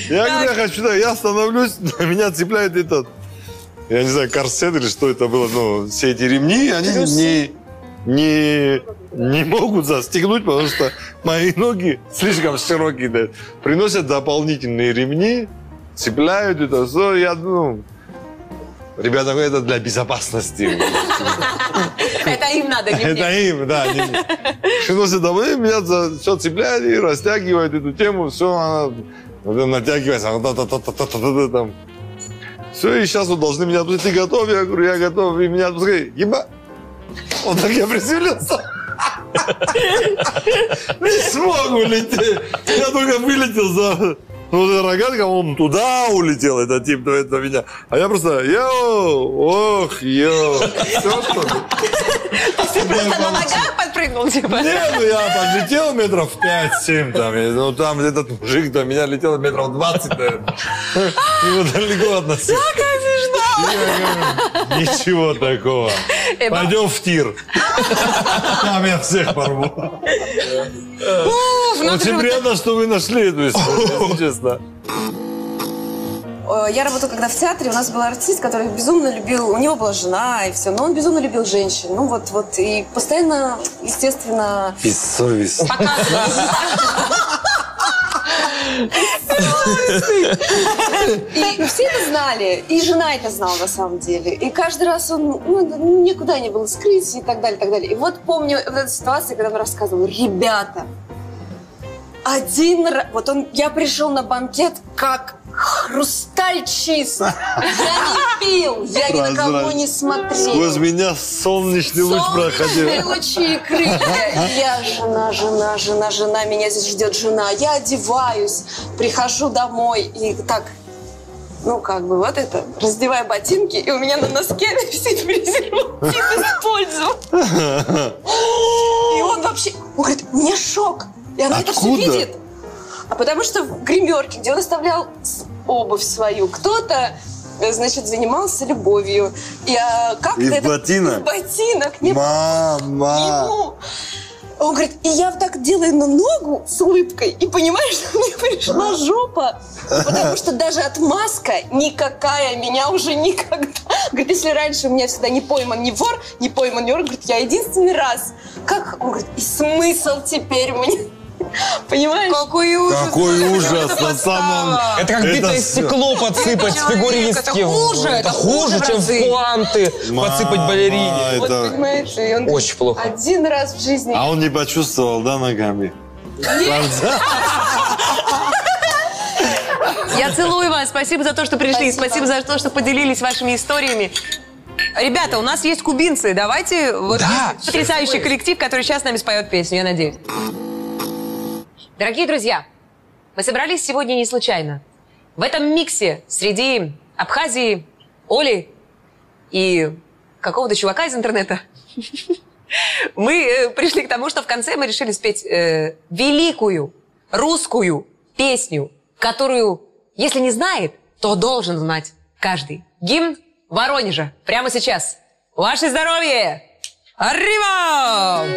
Я говорю, я хочу так. Я становлюсь, на меня цепляет этот я не знаю, корсет или что это было, но все эти ремни, они не, не, не могут застегнуть, потому что мои ноги слишком широкие. да. Приносят дополнительные ремни, цепляют это все. Я, ну, ребята, говорят, это для безопасности.
Это им надо,
[LAUGHS]
не мне.
Это им, да. не мне. Приносят домой, меня за все цепляют и растягивают эту тему, все, она вот она натягивается, она та-та-та-та-та-та-та там. Все, и сейчас вот должны меня отпустить. Ты готов? Я говорю, я готов. И меня отпускай. Еба! Вот так я приземлился. Не смог улететь. Я только вылетел за... Ну, эта рогатка, он туда улетел, этот тип, до этого меня. А я просто, йоу, ох, йоу. Все, что ли?
Просто на ногах подпрыгнул, типа.
Нет, ну я подлетел метров 5-7 там. и, Ну там этот мужик до меня летел метров 20, наверное. Ну, далеко от нас. Я говорю, Ничего такого.
Эба.
Пойдем в тир. Там я всех порву. Очень приятно, что вы нашли эту историю, если честно.
Э, Я работала когда в театре, у нас был артист, который безумно любил, у него была жена и все, но он безумно любил женщин. Ну вот, вот, и постоянно, естественно,
Бессовестно.
и все это знали, и жена это знала на самом деле. И каждый раз он, ну, это никуда не было скрыть и так далее, и так далее. И вот помню вот эту ситуацию, когда он рассказывал, ребята, один раз, вот он, я пришел на банкет как хрусталь чист. Я не пил, я ни на кого не смотрел.
Сквозь меня солнечный луч проходил.
Солнечные лучи и крылья. Я жена, жена, жена, жена. Меня здесь ждет жена. Я одеваюсь, прихожу домой и так... Ну, как бы, вот это, раздеваю ботинки, и у меня на носке [LAUGHS] висит презерватив использовал. И он вообще... Он говорит, у меня шок. И она это все
Откуда?
видит. А потому что в гримерке, где он оставлял с- обувь свою, кто-то э, значит, занимался любовью. И а, как-то
И в
это-
ботинок?
В ботинок. Не
Мама.
ему. Он говорит, и я так делаю на ногу с улыбкой, и понимаешь, что мне пришла жопа. Потому что даже отмазка никакая меня уже никогда... Говорит, если раньше у меня всегда не пойман не вор, не пойман не вор, говорит, я единственный раз. Как? Он говорит, и смысл теперь мне? Понимаешь?
Какой ужас.
Какой ужас на самом...
Это как
Это
битое
всё.
стекло подсыпать
человек,
фигуристки.
это хуже,
Это
это
хуже,
хуже в
чем в
разы.
пуанты подсыпать
Мама,
балерине.
Вот
это-
понимаешь, и он
Очень плохо.
один раз в жизни.
А он не почувствовал, да, ногами? Правда?
Я целую вас. Спасибо за то, что пришли. Спасибо.
Спасибо.
за то, что поделились вашими историями. Ребята, у нас есть кубинцы. Давайте вот
Да.
есть потрясающий коллектив, который сейчас с нами споет песню, я надеюсь. Дорогие друзья, мы собрались сегодня не случайно. В этом миксе среди Абхазии, Оли и какого-то чувака из интернета мы э, пришли к тому, что в конце мы решили спеть э, великую русскую песню, которую, если не знает, то должен знать каждый. Гимн Воронежа прямо сейчас. Ваше здоровье! Arriba!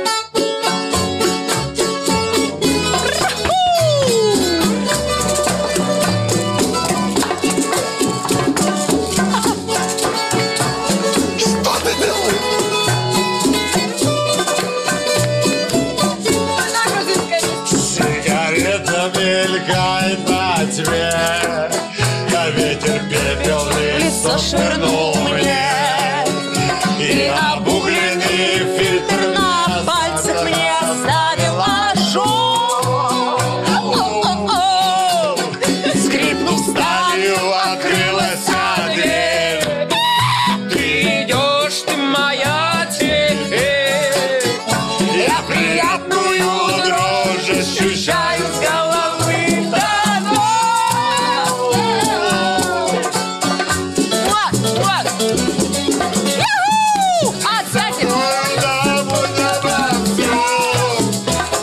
Сигарета мелькает на тебе, а ветер пепел в лицо швырнул мне. И обугленный фильтр на пальцах мне оставил ожог. Скрипнув сталью, открылась дверь. Ты идешь, ты моя теперь. Я приятную дрожь ощущаю с головы до ног. Куда будет повсюду,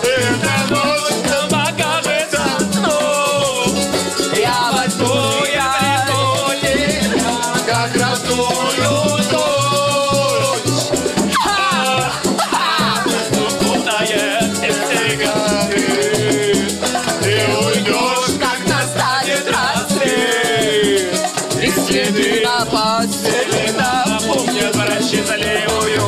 эта ночь нам покажется сном. Я возьму, я возьму тебя, как родную дочь. Укутает снегами. Ты уйдешь, как настанет рассвет. И следы на постели напомнят просчитливую ночь.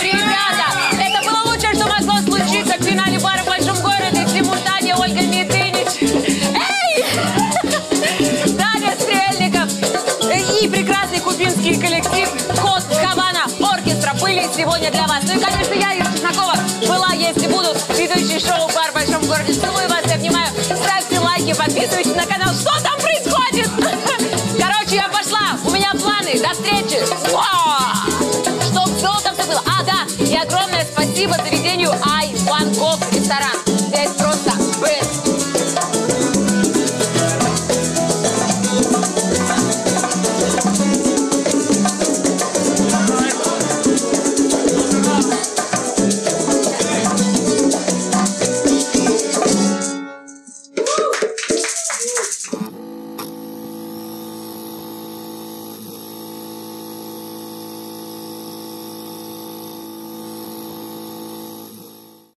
Ребята, это было лучшее, что могло случиться в финале бара в большом городе. Тимур Таня, Ольга Митынич. Эй! Даня Стрельников и прекрасный кубинский коллектив Кот Кабана Оркестра были сегодня для вас. Ну и, конечно, я, Ира Чеснокова, была, если буду, ведущий шоу «Бар в большом городе». Целую вас, я обнимаю. Ставьте лайки, подписывайтесь на канал. [LAUGHS] А,